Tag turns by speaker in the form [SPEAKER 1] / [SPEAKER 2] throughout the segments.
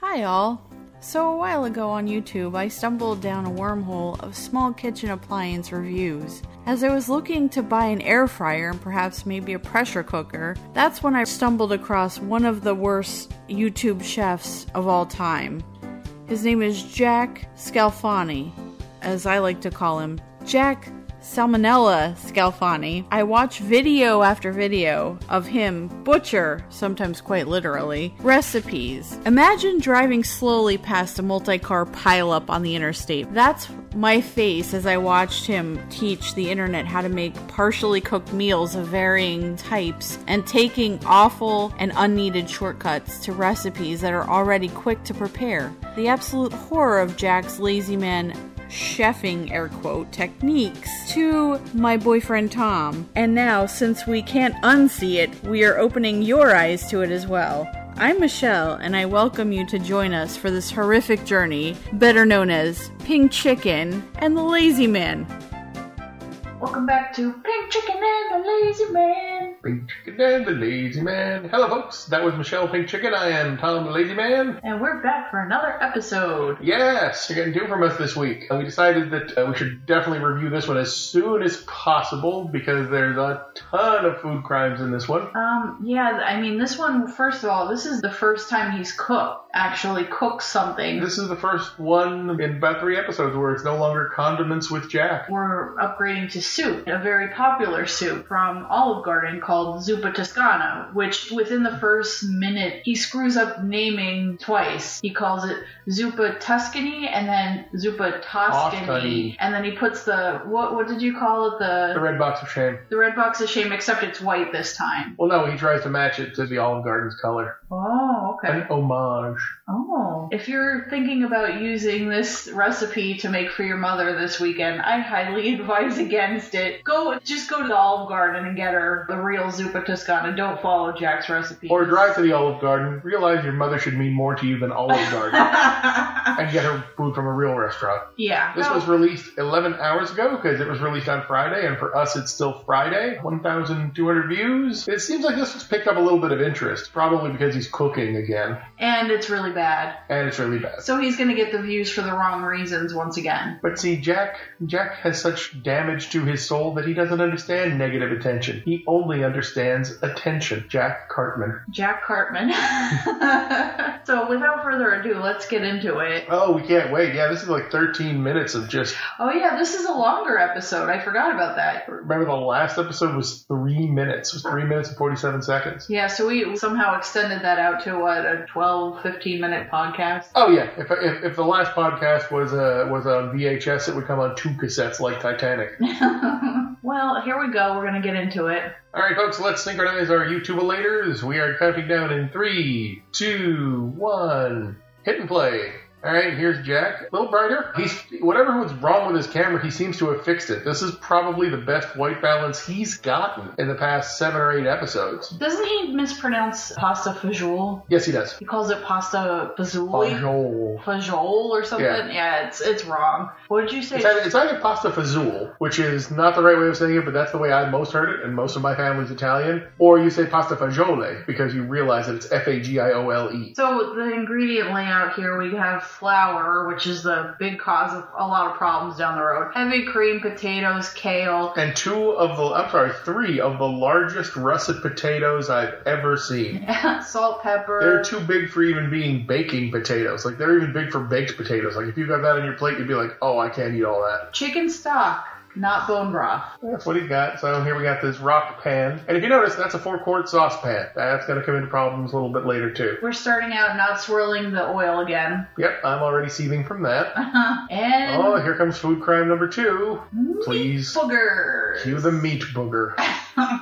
[SPEAKER 1] Hi, all. So, a while ago on YouTube, I stumbled down a wormhole of small kitchen appliance reviews. As I was looking to buy an air fryer and perhaps maybe a pressure cooker, that's when I stumbled across one of the worst YouTube chefs of all time. His name is Jack Scalfani, as I like to call him. Jack Salmonella Scalfani. I watch video after video of him butcher, sometimes quite literally, recipes. Imagine driving slowly past a multi car pileup on the interstate. That's my face as I watched him teach the internet how to make partially cooked meals of varying types and taking awful and unneeded shortcuts to recipes that are already quick to prepare. The absolute horror of Jack's lazy man chefing air quote techniques to my boyfriend Tom. And now, since we can't unsee it, we are opening your eyes to it as well. I'm Michelle, and I welcome you to join us for this horrific journey, better known as Pink Chicken and the Lazy Man.
[SPEAKER 2] Welcome back to Pink Chicken and the Lazy Man.
[SPEAKER 3] Pink Chicken and the Lazy Man. Hello, folks. That was Michelle Pink Chicken. I am Tom the Lazy Man.
[SPEAKER 2] And we're back for another episode.
[SPEAKER 3] Yes, you're getting two from us this week. And we decided that uh, we should definitely review this one as soon as possible because there's a ton of food crimes in this one.
[SPEAKER 2] Um, yeah, I mean, this one, first of all, this is the first time he's cooked, actually cooked something.
[SPEAKER 3] This is the first one in about three episodes where it's no longer condiments with Jack.
[SPEAKER 2] We're upgrading to soup, a very popular soup from Olive Garden called Zuppa Toscana, which within the first minute he screws up naming twice. He calls it Zuppa Tuscany and then Zuppa Toscany.
[SPEAKER 3] Toscany.
[SPEAKER 2] And then he puts the what what did you call it?
[SPEAKER 3] The
[SPEAKER 2] The
[SPEAKER 3] Red Box of Shame.
[SPEAKER 2] the red box of shame, except it's white this time.
[SPEAKER 3] Well, no, he tries to match it to the Olive Garden's color.
[SPEAKER 2] Oh, okay.
[SPEAKER 3] An homage.
[SPEAKER 2] Oh. If you're thinking about using this recipe to make for your mother this weekend, I highly advise against it. Go just go to the Olive Garden and get her the real Zuppa Toscana. Don't follow Jack's recipe.
[SPEAKER 3] Or drive to the Olive Garden, realize your mother should mean more to you than Olive Garden,
[SPEAKER 2] yeah.
[SPEAKER 3] and get her food from a real restaurant. This
[SPEAKER 2] no.
[SPEAKER 3] was released 11 hours ago because it was released on Friday, and for us, it's still Friday. 1,200 views. It seems like this has picked up a little bit of interest, probably because he's cooking again,
[SPEAKER 2] and it's really bad.
[SPEAKER 3] and it's really bad.
[SPEAKER 2] So he's gonna get the views for the wrong reasons once again.
[SPEAKER 3] But see, Jack, Jack has such damage to his soul that he doesn't understand negative attention. He only understands attention. Jack Cartman.
[SPEAKER 2] Jack Cartman. so without further ado, let's get into it.
[SPEAKER 3] Oh, we can't wait. Yeah, this is like 13 minutes of just.
[SPEAKER 2] Oh yeah, this is a longer episode. I forgot about that.
[SPEAKER 3] Remember, the last episode was three minutes. It was three minutes and 47 seconds.
[SPEAKER 2] Yeah, so we somehow extended that out to what a 12, 15 minute podcast.
[SPEAKER 3] Oh yeah, if, if, if the last podcast was a was on VHS, it would come on two cassettes like Titanic.
[SPEAKER 2] well, here we go. We're gonna get into it.
[SPEAKER 3] All right, folks, let's synchronize our YouTubelators. We are counting down in three, two, one. Hit and play. All right, here's Jack. A little brighter. He's whatever was wrong with his camera, he seems to have fixed it. This is probably the best white balance he's gotten in the past seven or eight episodes.
[SPEAKER 2] Doesn't he mispronounce pasta fajoule?
[SPEAKER 3] Yes, he does.
[SPEAKER 2] He calls it pasta fazouli,
[SPEAKER 3] Bonjour.
[SPEAKER 2] fajoule or something.
[SPEAKER 3] Yeah.
[SPEAKER 2] Yeah, it's it's wrong. What did you say?
[SPEAKER 3] It's either, it's either pasta fazool, which is not the right way of saying it, but that's the way I most heard it, and most of my family's Italian. Or you say pasta fagiole because you realize that it's F A G I O L E.
[SPEAKER 2] So the ingredient layout here, we have flour, which is the big cause of a lot of problems down the road. Heavy cream, potatoes, kale,
[SPEAKER 3] And two of the, I'm sorry, three of the largest russet potatoes I've ever seen.
[SPEAKER 2] salt, pepper.
[SPEAKER 3] They're too big for even being baking potatoes. Like, they're even big for baked potatoes. Like, if you got that on your plate, you'd be like, oh, I can't eat all that.
[SPEAKER 2] Chicken stock, not bone broth.
[SPEAKER 3] That's what he's got. So here we got this rock pan. And if you notice, that's a four quart saucepan. That's going to come into problems a little bit later, too.
[SPEAKER 2] We're starting out not swirling the oil again.
[SPEAKER 3] Yep, I'm already seething from that.
[SPEAKER 2] and
[SPEAKER 3] Oh, here comes food crime number two. Please
[SPEAKER 2] boogers.
[SPEAKER 3] cue the meat booger.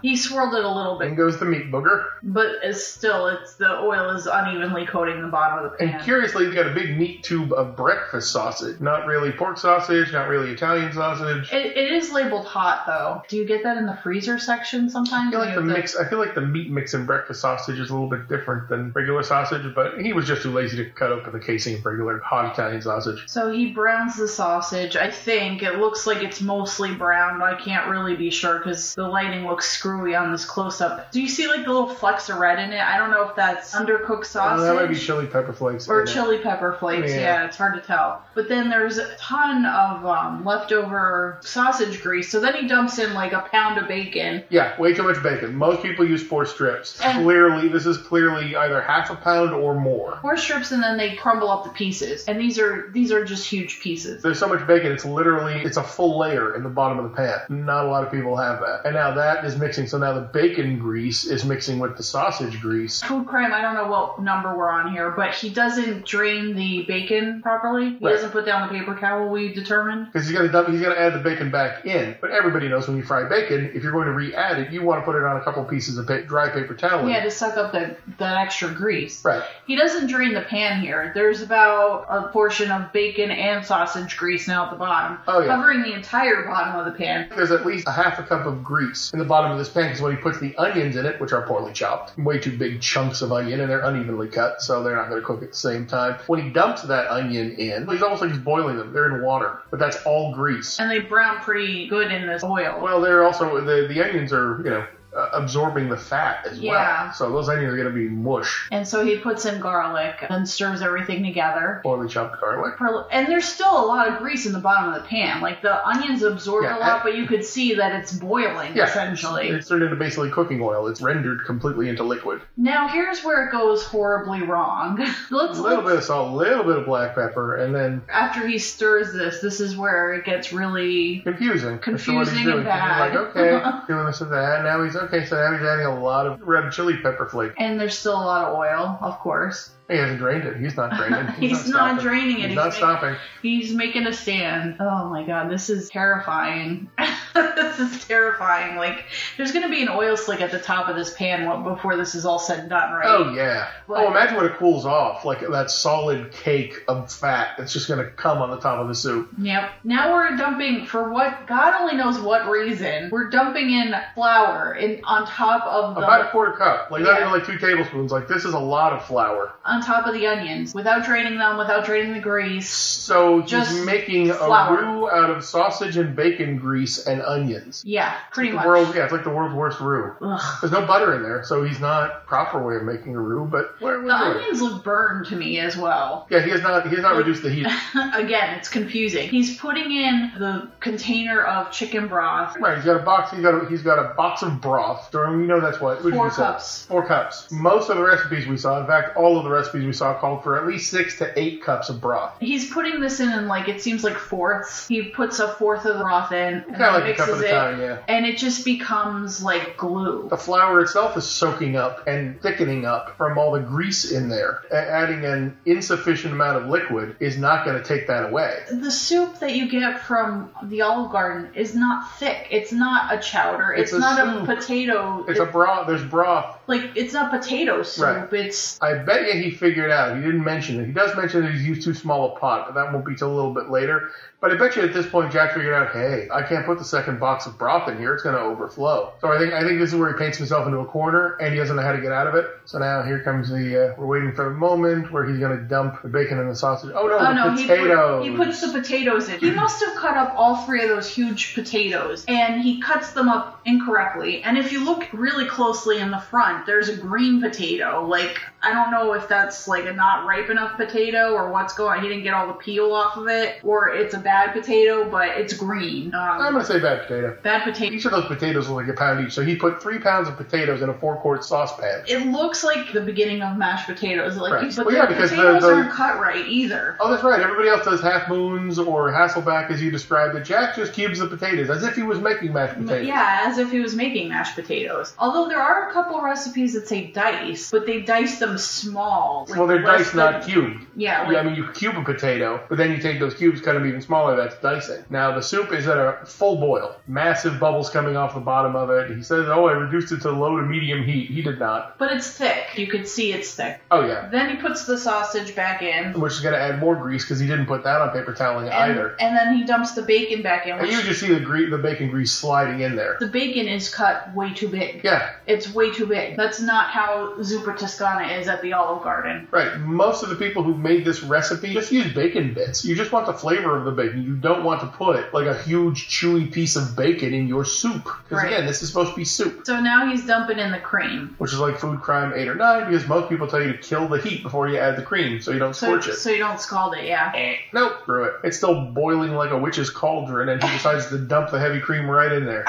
[SPEAKER 2] he swirled it a little
[SPEAKER 3] In
[SPEAKER 2] bit,
[SPEAKER 3] goes the meat booger.
[SPEAKER 2] but it's still, it's the oil is unevenly coating the bottom of the
[SPEAKER 3] And
[SPEAKER 2] pan.
[SPEAKER 3] curiously, he's got a big meat tube of breakfast sausage. Not really pork sausage, not really Italian sausage.
[SPEAKER 2] it, it is labeled hot though. Do you get that in the freezer section sometimes?
[SPEAKER 3] I feel like the
[SPEAKER 2] You have to-
[SPEAKER 3] mix. I feel like the meat mix in breakfast sausage is a little bit different than regular sausage, but he was just too lazy to cut open the casing of regular hot Italian sausage.
[SPEAKER 2] So he browns the sausage. I think it looks like it's mostly browned. I can't really be sure because the lighting looks screwy on this close up. Do you see like the little flecks of red in it? I don't know if that's undercooked
[SPEAKER 3] Uh,
[SPEAKER 2] sausage
[SPEAKER 3] that might be chili pepper flakes.
[SPEAKER 2] or
[SPEAKER 3] in it.
[SPEAKER 2] chili pepper flakes.
[SPEAKER 3] Yeah.
[SPEAKER 2] Yeah. it's hard to tell. But then there's a ton of um, leftover sausage grease. So then he dumps in like a pound of bacon.
[SPEAKER 3] Yeah, way too much bacon. Most people use four strips.
[SPEAKER 2] And-
[SPEAKER 3] clearly, this is clearly either half a pound or more.
[SPEAKER 2] Four strips and then they crumble up the pieces. And these are these are just huge pieces.
[SPEAKER 3] There's so much bacon, it's literally it's a full layer in the bottom of the pan. Not a lot of people have that. And now that is mixing. So now the bacon grease is mixing with the sausage grease.
[SPEAKER 2] Food crime, I don't know what number we're on here, but he doesn't drain the bacon properly. He
[SPEAKER 3] Right.
[SPEAKER 2] doesn't put down the paper towel, we determined.
[SPEAKER 3] Because he's gonna dump, he's gonna add the bacon back in. But everybody knows when you fry bacon, if you're going to re-add it, you want to put it on a couple pieces of pa- dry paper towel. in it.
[SPEAKER 2] Yeah, to suck up that, that extra grease.
[SPEAKER 3] Right.
[SPEAKER 2] He doesn't drain the pan here. There's about a portion of bacon and sausage grease now at the bottom,
[SPEAKER 3] Oh, yeah.
[SPEAKER 2] covering the entire bottom of the pan.
[SPEAKER 3] There's at least a half a cup of grease in the bottom of this pan because when he puts the onions in it, which are poorly chopped, way too big chunks of onion, and they're unevenly cut, so they're not going to cook at the same time. When he dumps that onion in, he's almost like he's boiling them. They're in water, but that's all grease.
[SPEAKER 2] And they brown pretty good in this oil.
[SPEAKER 3] Well, they're also the the onions are you know uh, absorbing the fat as
[SPEAKER 2] Yeah.
[SPEAKER 3] well, so those onions are going to be mush.
[SPEAKER 2] And so he puts in garlic and stirs everything together.
[SPEAKER 3] Poorly chopped garlic.
[SPEAKER 2] Per- And there's still a lot of grease in the bottom of the pan. Like the onions absorb a
[SPEAKER 3] Yeah,
[SPEAKER 2] lot,
[SPEAKER 3] I-
[SPEAKER 2] but you could see that it's boiling
[SPEAKER 3] Yeah,
[SPEAKER 2] essentially.
[SPEAKER 3] It's turned into basically cooking oil. It's rendered completely into liquid.
[SPEAKER 2] Now here's where it goes horribly wrong. let's
[SPEAKER 3] A little
[SPEAKER 2] look
[SPEAKER 3] bit of salt, a little bit of black pepper, and then
[SPEAKER 2] after he stirs this. This is where it gets really
[SPEAKER 3] confusing. as to
[SPEAKER 2] Confusing and
[SPEAKER 3] what he's doing. 'Cause he's
[SPEAKER 2] bad.
[SPEAKER 3] Like, okay, doing this and that. Now he's okay, so now he's adding a lot of red chili pepper flake.
[SPEAKER 2] and there's still a lot of oil, of course.
[SPEAKER 3] He hasn't drained it. He's not draining.
[SPEAKER 2] He's not
[SPEAKER 3] stopping.
[SPEAKER 2] draining it.
[SPEAKER 3] He's
[SPEAKER 2] He's
[SPEAKER 3] not
[SPEAKER 2] making-
[SPEAKER 3] stopping.
[SPEAKER 2] He's making a stand. Oh my god, this is terrifying. this is terrifying. Like, there's gonna be an oil slick at the top of this pan wa- before this is all said and done, right?
[SPEAKER 3] Oh yeah.
[SPEAKER 2] Like-
[SPEAKER 3] oh, imagine when it cools off, like that solid cake of fat that's just gonna come on the top of the soup.
[SPEAKER 2] Yep. Now we're dumping for what God only knows what reason. We're dumping in flour in on top of the
[SPEAKER 3] About a quarter cup, like not
[SPEAKER 2] Yeah.
[SPEAKER 3] even like two tablespoons. Like this is a lot of flour.
[SPEAKER 2] on top of the onions without draining them, without draining the grease.
[SPEAKER 3] So he's
[SPEAKER 2] Just
[SPEAKER 3] making
[SPEAKER 2] flour.
[SPEAKER 3] a roux out of sausage and bacon grease and onions.
[SPEAKER 2] Yeah, pretty
[SPEAKER 3] the
[SPEAKER 2] much.
[SPEAKER 3] world, yeah, it's like the world's worst roux.
[SPEAKER 2] Ugh.
[SPEAKER 3] There's no butter in there, so he's not proper way of making a roux. But where
[SPEAKER 2] The onions look burned to me as well.
[SPEAKER 3] Yeah, he has not. He has not reduced the heat.
[SPEAKER 2] Again, it's confusing. He's putting in the container of chicken broth.
[SPEAKER 3] Right, he's got a box. He's got a, he's got a box of broth. Durham, you know that's what. what did
[SPEAKER 2] Four
[SPEAKER 3] you say?
[SPEAKER 2] cups.
[SPEAKER 3] Four cups. Most of the recipes we saw, in fact, all of the recipes we saw, called for at least six to eight cups of broth.
[SPEAKER 2] He's putting this in, in like it seems like fourths. He puts a fourth of the broth in and
[SPEAKER 3] Kind of
[SPEAKER 2] then
[SPEAKER 3] like a cup at
[SPEAKER 2] mixes
[SPEAKER 3] a
[SPEAKER 2] it,
[SPEAKER 3] time, yeah.
[SPEAKER 2] and it just becomes like glue.
[SPEAKER 3] The flour itself is soaking up and thickening up from all the grease in there. A- adding an insufficient amount of liquid is not going to take that away.
[SPEAKER 2] The soup that you get from the Olive Garden is not thick. It's not a chowder.
[SPEAKER 3] It's
[SPEAKER 2] It's,
[SPEAKER 3] a
[SPEAKER 2] not
[SPEAKER 3] soup.
[SPEAKER 2] a potato.
[SPEAKER 3] It's a broth. There's broth
[SPEAKER 2] like it's not potato soup.
[SPEAKER 3] Right.
[SPEAKER 2] It's
[SPEAKER 3] I bet you he figured out. He didn't mention it. He does mention that he's used too small a pot, but that won't be till a little bit later. But I bet you at this point, Jack figured out, hey, I can't put the second box of broth in here. It's going to overflow. So I think I think this is where he paints himself into a corner, and he doesn't know how to get out of it. So now here comes the. Uh, we're waiting for the moment where he's going to dump the bacon and the sausage. Oh no,
[SPEAKER 2] oh
[SPEAKER 3] the
[SPEAKER 2] no, he, put,
[SPEAKER 3] potatoes.
[SPEAKER 2] he puts the potatoes in. He must have cut up all three of those huge potatoes, and he cuts them up incorrectly. And if you look really closely in the front, there's a green potato. Like I don't know if that's like a not ripe enough potato or what's going. He didn't get all the peel off of it, or it's a bad potato, but it's green.
[SPEAKER 3] I'm
[SPEAKER 2] Um,
[SPEAKER 3] going to say bad potato.
[SPEAKER 2] bad potato.
[SPEAKER 3] Each of those potatoes was like a pound each. So he put three pounds of potatoes in a four quart saucepan.
[SPEAKER 2] It looks like the beginning of mashed potatoes. Like,
[SPEAKER 3] Right.
[SPEAKER 2] but
[SPEAKER 3] Well,
[SPEAKER 2] the
[SPEAKER 3] yeah, because the-
[SPEAKER 2] potatoes
[SPEAKER 3] the-
[SPEAKER 2] aren't cut right either.
[SPEAKER 3] Oh, that's right. Everybody else does half moons or Hasselback, as you described it. Jack just cubes the potatoes as if he was making mashed potatoes.
[SPEAKER 2] Yeah, as if he was making mashed potatoes. Although there are a couple recipes that say dice, but they dice them small. like
[SPEAKER 3] Well, they're
[SPEAKER 2] less
[SPEAKER 3] diced, not
[SPEAKER 2] than-
[SPEAKER 3] cubed.
[SPEAKER 2] Yeah, like,
[SPEAKER 3] Yeah, I mean, you cube a potato, but then you take those cubes, cut them even smaller. That's dicing. Now the soup is at a full boil, massive bubbles coming off the bottom of it. He says, "Oh, I reduced it to low to medium heat." He did not.
[SPEAKER 2] but it's thick. You could see it's thick.
[SPEAKER 3] Oh yeah,
[SPEAKER 2] Then he puts the sausage back in,
[SPEAKER 3] which is going to add more grease because he didn't put that on paper toweling
[SPEAKER 2] and,
[SPEAKER 3] either.
[SPEAKER 2] and then he dumps the bacon back in.
[SPEAKER 3] And
[SPEAKER 2] Which
[SPEAKER 3] you just see the gre- the bacon grease sliding in there.
[SPEAKER 2] the bacon is cut way too big.
[SPEAKER 3] Yeah,
[SPEAKER 2] It's way too big. That's not how Zuppa Toscana is at the Olive Garden.
[SPEAKER 3] Right. Most of the people who made this recipe just use bacon bits. You just want the flavor of the right? You don't want to put like a huge chewy piece of bacon in your soup because
[SPEAKER 2] Right.
[SPEAKER 3] again, this is supposed to be soup,
[SPEAKER 2] So now he's dumping in the cream.
[SPEAKER 3] which is like food crime eight or nine because most people tell you to kill the heat before you add the cream so you don't
[SPEAKER 2] So,
[SPEAKER 3] scorch it.
[SPEAKER 2] so you don't scald it, yeah.
[SPEAKER 3] Eh, Nope, screw it. It's still boiling like a witch's cauldron, and he decides to dump the heavy cream right in there.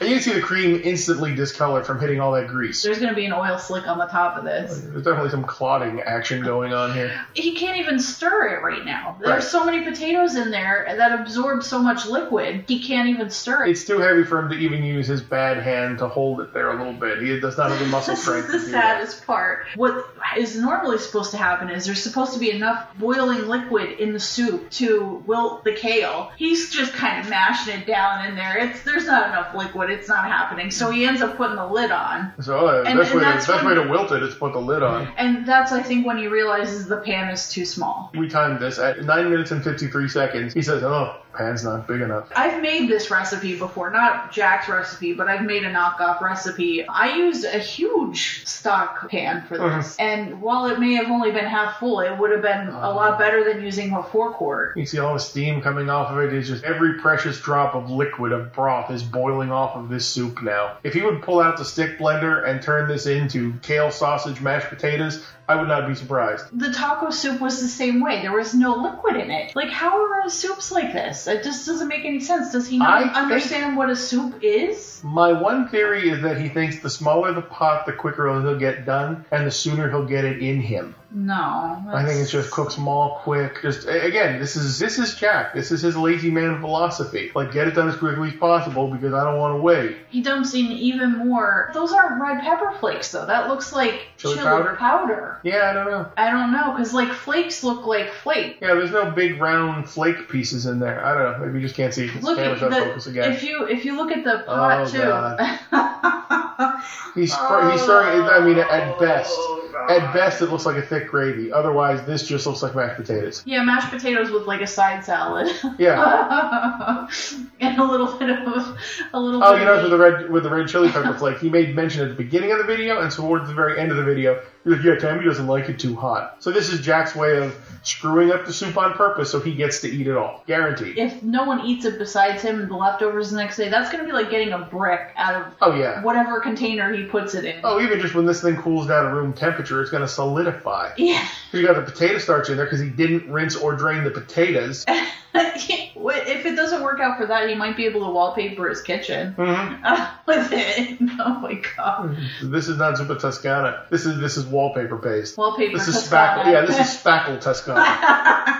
[SPEAKER 3] And you can see the cream instantly discolored from hitting all that grease.
[SPEAKER 2] There's gonna be an oil slick on the top of this.
[SPEAKER 3] There's definitely some clotting action going on here.
[SPEAKER 2] He can't even stir it right now. There's
[SPEAKER 3] Right.
[SPEAKER 2] so many potatoes in there that absorb so much liquid. He can't even stir it.
[SPEAKER 3] It's too heavy for him to even use his bad hand to hold it there a little bit. He does not have the muscle
[SPEAKER 2] This
[SPEAKER 3] strength
[SPEAKER 2] is
[SPEAKER 3] to
[SPEAKER 2] the
[SPEAKER 3] do that.
[SPEAKER 2] saddest part. What is normally supposed to happen is there's supposed to be enough boiling liquid in the soup to wilt the kale. He's just kind of mashing it down in there. It's there's not enough liquid. It's not happening. So he ends up putting the lid on.
[SPEAKER 3] So uh,
[SPEAKER 2] And-
[SPEAKER 3] best,
[SPEAKER 2] and
[SPEAKER 3] way,
[SPEAKER 2] that's
[SPEAKER 3] to, best
[SPEAKER 2] when-
[SPEAKER 3] way to wilt it is to put the lid on.
[SPEAKER 2] And that's, I think, when he realizes the pan is too small.
[SPEAKER 3] We timed this at 9 minutes and 53 seconds. He says, oh, pan's not big enough.
[SPEAKER 2] I've made this recipe before, not Jack's recipe, but I've made a knockoff recipe. I used a huge stock pan for
[SPEAKER 3] Uh-huh.
[SPEAKER 2] this, and while it may have only been half full, it would have been a
[SPEAKER 3] Uh-huh.
[SPEAKER 2] lot better than using a four quart.
[SPEAKER 3] You see all the steam coming off of it. It's just every precious drop of liquid of broth is boiling off of this soup now. If you would pull out the stick blender and turn this into kale sausage mashed potatoes, I would not be surprised.
[SPEAKER 2] The taco soup was the same way. There was no liquid in it. Like, how are soups like this? It just doesn't make any sense. Does he
[SPEAKER 3] I
[SPEAKER 2] not
[SPEAKER 3] think-
[SPEAKER 2] understand what a soup is?
[SPEAKER 3] My one theory is that he thinks the smaller the pot, the quicker he'll get done, and the sooner he'll get it in him.
[SPEAKER 2] No.
[SPEAKER 3] I think
[SPEAKER 2] that's-
[SPEAKER 3] it's just cook small, quick. Just a- again, this is this is Jack. This is his lazy man philosophy. Like get it done as quickly as possible because I don't want to wait.
[SPEAKER 2] He dumps in even more. Those aren't red pepper flakes, though. That looks like
[SPEAKER 3] Chili
[SPEAKER 2] chili,
[SPEAKER 3] powder?
[SPEAKER 2] powder.
[SPEAKER 3] Yeah, I don't know.
[SPEAKER 2] I don't know, because, like, flakes look like flakes.
[SPEAKER 3] Yeah, there's no big round flake pieces in there. I don't know. Maybe you just can't see. it.
[SPEAKER 2] Look at
[SPEAKER 3] Camera's not focused
[SPEAKER 2] the,
[SPEAKER 3] again.
[SPEAKER 2] if you if you look at the pot
[SPEAKER 3] Oh,
[SPEAKER 2] too.
[SPEAKER 3] he's fr- he's throwing. I mean, at best,
[SPEAKER 2] Oh, God.
[SPEAKER 3] at best, it looks like a thick gravy. Otherwise, this just looks like mashed potatoes.
[SPEAKER 2] Yeah, mashed potatoes with like a side salad
[SPEAKER 3] Yeah.
[SPEAKER 2] and a little bit of a little.
[SPEAKER 3] Oh,
[SPEAKER 2] bit
[SPEAKER 3] you
[SPEAKER 2] of
[SPEAKER 3] know, with the red with the red chili pepper flake, he made mention at the beginning of the video and towards the very end of the video. He's like, "Yeah, Tammy doesn't like it too hot." So this is Jack's way of screwing up the soup on purpose, so he gets to eat it all, guaranteed.
[SPEAKER 2] if no one eats it besides him and the leftovers the next day, that's gonna be like getting a brick out
[SPEAKER 3] Oh yeah.
[SPEAKER 2] of whatever container he puts it in.
[SPEAKER 3] Oh, even just when this thing cools down to room temperature, it's going to solidify.
[SPEAKER 2] Yeah.
[SPEAKER 3] You got the potato starch in there because he didn't rinse or drain the potatoes.
[SPEAKER 2] if it doesn't work out for that, he might be able to wallpaper his kitchen
[SPEAKER 3] Mhm.
[SPEAKER 2] with it. Oh my
[SPEAKER 3] Mm-hmm.
[SPEAKER 2] god.
[SPEAKER 3] This is not Zuppa Toscana. This is this is wallpaper paste.
[SPEAKER 2] Wallpaper.
[SPEAKER 3] This is
[SPEAKER 2] Toscana.
[SPEAKER 3] spackle. Yeah, this is spackle Toscana.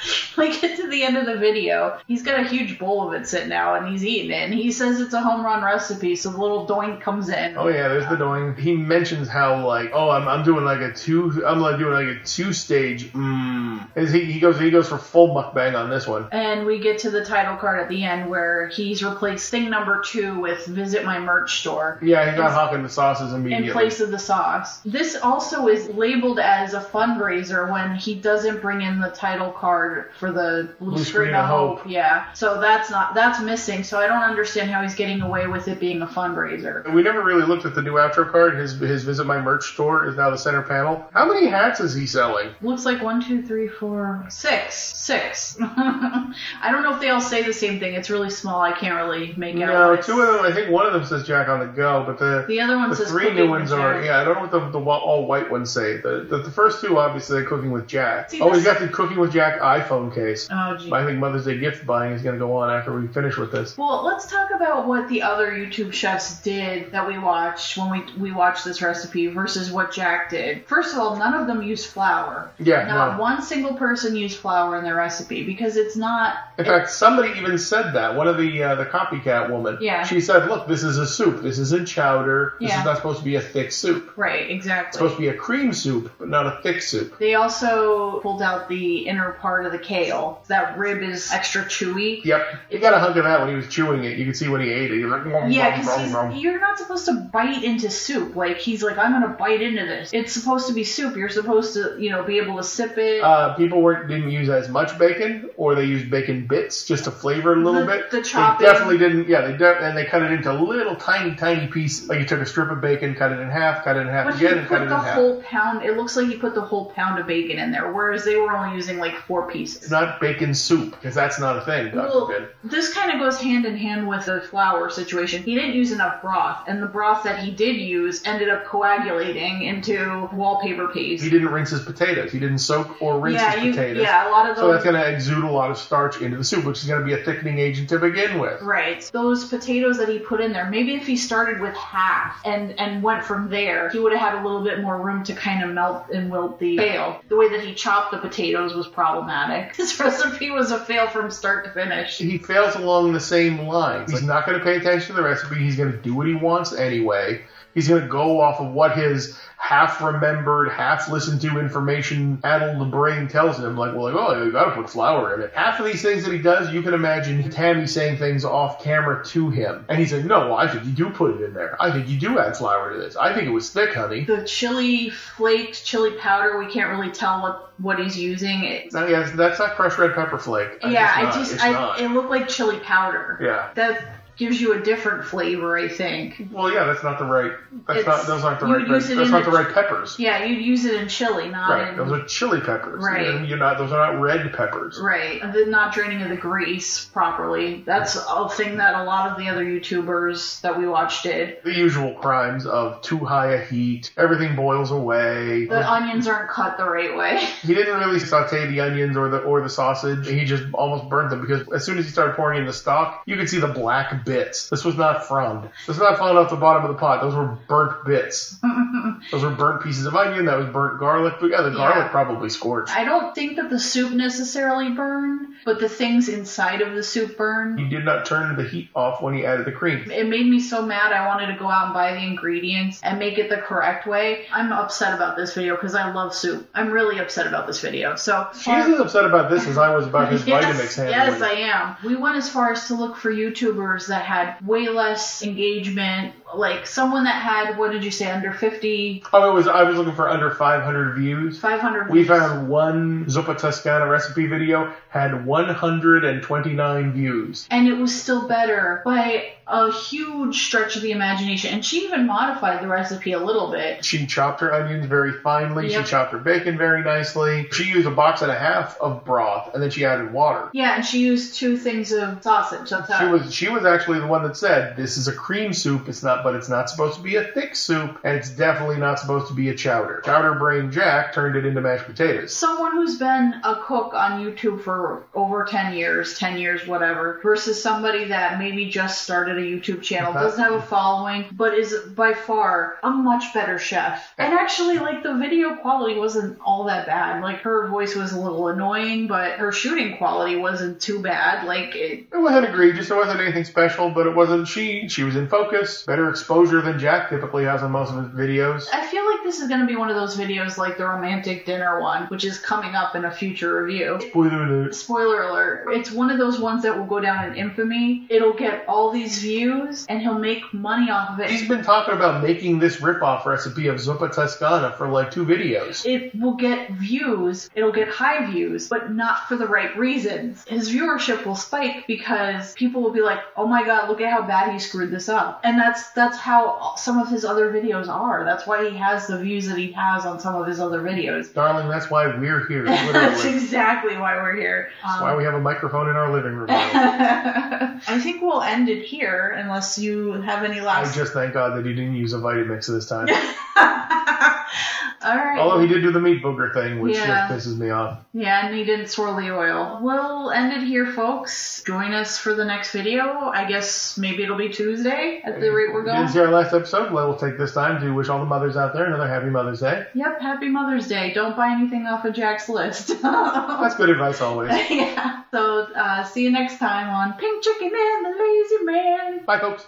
[SPEAKER 2] we get to the end of the video. He's got a huge bowl of it sitting out, and he's eating it. And he says it's a home run recipe, so the little doink comes in.
[SPEAKER 3] Oh yeah, there's the doing. He mentions how like oh I'm, I'm doing like a two I'm like doing like a two stage. Mmm. And He, he goes he goes for full mukbang on this one.
[SPEAKER 2] And we get to the title card at the end where he's replaced thing number two with visit my merch store.
[SPEAKER 3] Yeah, he's not hawking the sauces
[SPEAKER 2] In
[SPEAKER 3] immediately.
[SPEAKER 2] place of the sauce. This also is labeled as a fundraiser when he doesn't bring in the title card for the Blue,
[SPEAKER 3] Blue
[SPEAKER 2] Screen, of Hope. Yeah. So that's not that's missing. So I don't understand how he's getting away with it being a fundraiser.
[SPEAKER 3] We never really looked at the new outro card. His his visit my merch store is now the center panel. How many hats is he selling?
[SPEAKER 2] Looks like one, two, three, four, six, six. I don't know if they all say the same thing. It's really small. I can't really make out.
[SPEAKER 3] no,
[SPEAKER 2] what it's-
[SPEAKER 3] two of them. I think one of them says Jack on the Go, but the
[SPEAKER 2] The other one
[SPEAKER 3] the
[SPEAKER 2] says
[SPEAKER 3] three new
[SPEAKER 2] cooking
[SPEAKER 3] ones
[SPEAKER 2] with
[SPEAKER 3] are
[SPEAKER 2] Jack.
[SPEAKER 3] yeah. I don't know what the, the wa- all white ones say. The, the the first two obviously they're cooking with Jack.
[SPEAKER 2] See,
[SPEAKER 3] oh, he's
[SPEAKER 2] this-
[SPEAKER 3] got the cooking with Jack iPhone case.
[SPEAKER 2] Oh, gee.
[SPEAKER 3] I think Mother's Day gift buying is going to go on after we finish with this.
[SPEAKER 2] Well, let's talk about what the other YouTube chefs did that we watched when we we watched this recipe versus what Jack did. First of all, none of them used flour.
[SPEAKER 3] Yeah,
[SPEAKER 2] Not
[SPEAKER 3] no.
[SPEAKER 2] one single person used flour in their recipe because it's not.
[SPEAKER 3] In fact, somebody even said that. One of the uh, the copycat woman.
[SPEAKER 2] Yeah.
[SPEAKER 3] She said, "Look, this is a soup. This isn't chowder. This
[SPEAKER 2] Yeah.
[SPEAKER 3] is not supposed to be a thick soup.
[SPEAKER 2] Right,
[SPEAKER 3] It's
[SPEAKER 2] exactly.
[SPEAKER 3] supposed to be a cream soup, but not a thick soup."
[SPEAKER 2] They also pulled out the inner part of the kale. That rib is extra chewy.
[SPEAKER 3] Yep. He got a hunk of that when he was chewing it. You could see when he ate it. He was like, "Nom,
[SPEAKER 2] Yeah,
[SPEAKER 3] nom, nom,
[SPEAKER 2] because
[SPEAKER 3] nom."
[SPEAKER 2] you're not supposed to bite into soup. Like he's like, I'm gonna bite into this. It's supposed to be soup. You're supposed to, you know, be able to sip it.
[SPEAKER 3] Uh, people weren't didn't use as much bacon, or they used bacon bits just to flavor it a little
[SPEAKER 2] The-
[SPEAKER 3] bit.
[SPEAKER 2] the
[SPEAKER 3] they
[SPEAKER 2] chopping.
[SPEAKER 3] definitely didn't. Yeah, they de- and they cut it into little tiny, tiny pieces. Like you took a strip of bacon, cut it in half, cut it in half
[SPEAKER 2] but he
[SPEAKER 3] again, and cut it
[SPEAKER 2] put
[SPEAKER 3] in
[SPEAKER 2] the
[SPEAKER 3] half.
[SPEAKER 2] whole pound. It looks like he put the whole pound of bacon in there, whereas they were only using like four pieces.
[SPEAKER 3] It's not bacon soup because that's not a thing. God
[SPEAKER 2] Well,
[SPEAKER 3] forbid.
[SPEAKER 2] this kind of goes hand in hand with the flour situation. He didn't use enough broth, and the broth that he did use ended up coagulating into wallpaper paste.
[SPEAKER 3] He didn't rinse his potatoes. He didn't soak or rinse
[SPEAKER 2] yeah,
[SPEAKER 3] his
[SPEAKER 2] you,
[SPEAKER 3] potatoes.
[SPEAKER 2] yeah, a lot of
[SPEAKER 3] So
[SPEAKER 2] those.
[SPEAKER 3] that's going to exude a lot of starch into the soup, which is going to be a thickening agent to begin with.
[SPEAKER 2] Right. Those potatoes that he put in there, maybe if he started with half and, and went from there, he would have had a little bit more room to kind of melt and wilt the fail. The way that he chopped the potatoes was problematic. His recipe was a fail from start to finish.
[SPEAKER 3] He fails along the same lines. He's not going to pay attention to the recipe. He's going to do what he wants anyway. He's going to go off of what his half remembered, half listened to information addled brain tells him. Like, well, like, oh, you got to put flour in it. Half of these things that he does, you can imagine Tammy saying things off camera to him. And he's like, no, well, I think you do put it in there. I think you do add flour to this. I think it was thick, honey.
[SPEAKER 2] The chili flaked chili powder, we can't really tell what, what he's using. It,
[SPEAKER 3] No, yeah, that's not crushed red pepper flake.
[SPEAKER 2] yeah,
[SPEAKER 3] it's
[SPEAKER 2] I
[SPEAKER 3] not.
[SPEAKER 2] just,
[SPEAKER 3] It's
[SPEAKER 2] I,
[SPEAKER 3] not.
[SPEAKER 2] it looked like chili powder.
[SPEAKER 3] yeah.
[SPEAKER 2] That gives you a different flavor, I think.
[SPEAKER 3] Well, yeah, that's not the right. That's
[SPEAKER 2] It's-
[SPEAKER 3] not. Those aren't the
[SPEAKER 2] you
[SPEAKER 3] right.
[SPEAKER 2] use
[SPEAKER 3] red-
[SPEAKER 2] it
[SPEAKER 3] That's
[SPEAKER 2] in
[SPEAKER 3] not the
[SPEAKER 2] a-
[SPEAKER 3] right peppers.
[SPEAKER 2] Yeah, you'd use it in chili, not
[SPEAKER 3] Right.
[SPEAKER 2] in.
[SPEAKER 3] Those are chili peppers.
[SPEAKER 2] Right.
[SPEAKER 3] You're- You're not. Those are not red peppers.
[SPEAKER 2] Right. The not draining of the grease properly. That's a thing that a lot of the other YouTubers that we watch did.
[SPEAKER 3] The usual crimes of too high a heat. Everything boils away.
[SPEAKER 2] The onions aren't cut the right way.
[SPEAKER 3] He didn't really saute the onions or the or the sausage. He just almost burnt them because as soon as he started pouring in the stock, you could see the black bits. This was not frond. This was not falling off the bottom of the pot. Those were burnt bits. Those were burnt pieces of onion. That was burnt garlic. But yeah, the garlic
[SPEAKER 2] Yeah.
[SPEAKER 3] probably scorched.
[SPEAKER 2] I don't think that the soup necessarily burned, but the things inside of the soup burned.
[SPEAKER 3] He did not turn the heat off when he added the cream.
[SPEAKER 2] It made me so mad I wanted to go out and buy the ingredients and make it the correct way. I'm upset about this video because I love soup. I'm really upset about this video. So
[SPEAKER 3] She's as upset about this as I was about his Vitamix
[SPEAKER 2] yes,
[SPEAKER 3] handling.
[SPEAKER 2] yes, I am. We went as far as to look for YouTubers that had way less engagement, like someone that had what did you say under 50,
[SPEAKER 3] oh, it was I was looking for under 500 views.
[SPEAKER 2] 500.
[SPEAKER 3] We
[SPEAKER 2] views.
[SPEAKER 3] found one Zuppa Toscana recipe video had 129 views.
[SPEAKER 2] and it was still better by a huge stretch of the imagination. And she even modified the recipe a little bit.
[SPEAKER 3] She chopped her onions very finely.
[SPEAKER 2] Yep.
[SPEAKER 3] She chopped her bacon very nicely. She used a box and a half of broth, and then she added water.
[SPEAKER 2] Yeah, and she used two things of sausage. That's
[SPEAKER 3] She
[SPEAKER 2] how.
[SPEAKER 3] was she was actually the one that said this is a cream soup. It's not, but it's not supposed to be a thick soup, and it's definitely not supposed to be a chowder. Chowder brain Jack turned it into mashed potatoes.
[SPEAKER 2] Someone who's been a cook on YouTube for over 10 years, 10 years, whatever, versus somebody that maybe just started a YouTube channel,
[SPEAKER 3] That-
[SPEAKER 2] doesn't have a following, but is by far a much better chef. And actually, like, the video quality wasn't all that bad. Like, her voice was a little annoying, but her shooting quality wasn't too bad. Like, it,
[SPEAKER 3] It wasn't egregious. It wasn't anything special, but it wasn't. She she was in focus. Better exposure than Jack typically has on most of his videos.
[SPEAKER 2] I feel like this is going to be one of those videos like the romantic dinner one, which is coming up in a future review.
[SPEAKER 3] Spoiler alert.
[SPEAKER 2] spoiler alert it's one of those ones that will go down in infamy it'll get all these views and he'll make money off of
[SPEAKER 3] He's
[SPEAKER 2] it
[SPEAKER 3] been talking about making this ripoff recipe of Zuppa Toscana for like two videos.
[SPEAKER 2] it will get views it'll get high views but not for the right reasons his viewership will spike because people will be like oh my god look at how bad he screwed this up and that's that's how some of his other videos are that's why he has the views that he has on some of his other videos
[SPEAKER 3] Darling, that's why we're here.
[SPEAKER 2] that's
[SPEAKER 3] Literally.
[SPEAKER 2] exactly why we're here Um,
[SPEAKER 3] That's why we have a microphone in our living room.
[SPEAKER 2] I think we'll end it here unless you have any
[SPEAKER 3] I
[SPEAKER 2] last
[SPEAKER 3] just thank God that he didn't use a Vitamix this time.
[SPEAKER 2] All right.
[SPEAKER 3] Although he did do the meat booger thing, which
[SPEAKER 2] Yeah.
[SPEAKER 3] just pisses me off.
[SPEAKER 2] yeah, and he didn't swirl the oil. We'll end it here, folks. Join us for the next video. I guess maybe it'll be Tuesday at the rate we're going.
[SPEAKER 3] This is our last episode. Well, we'll take this time to wish all the mothers out there another happy Mother's Day.
[SPEAKER 2] Yep, happy Mother's Day. Don't buy anything off of Jack's list.
[SPEAKER 3] That's good advice always.
[SPEAKER 2] yeah. So uh, see you next time on Pink Chicken and the Lazy Man.
[SPEAKER 3] Bye, folks.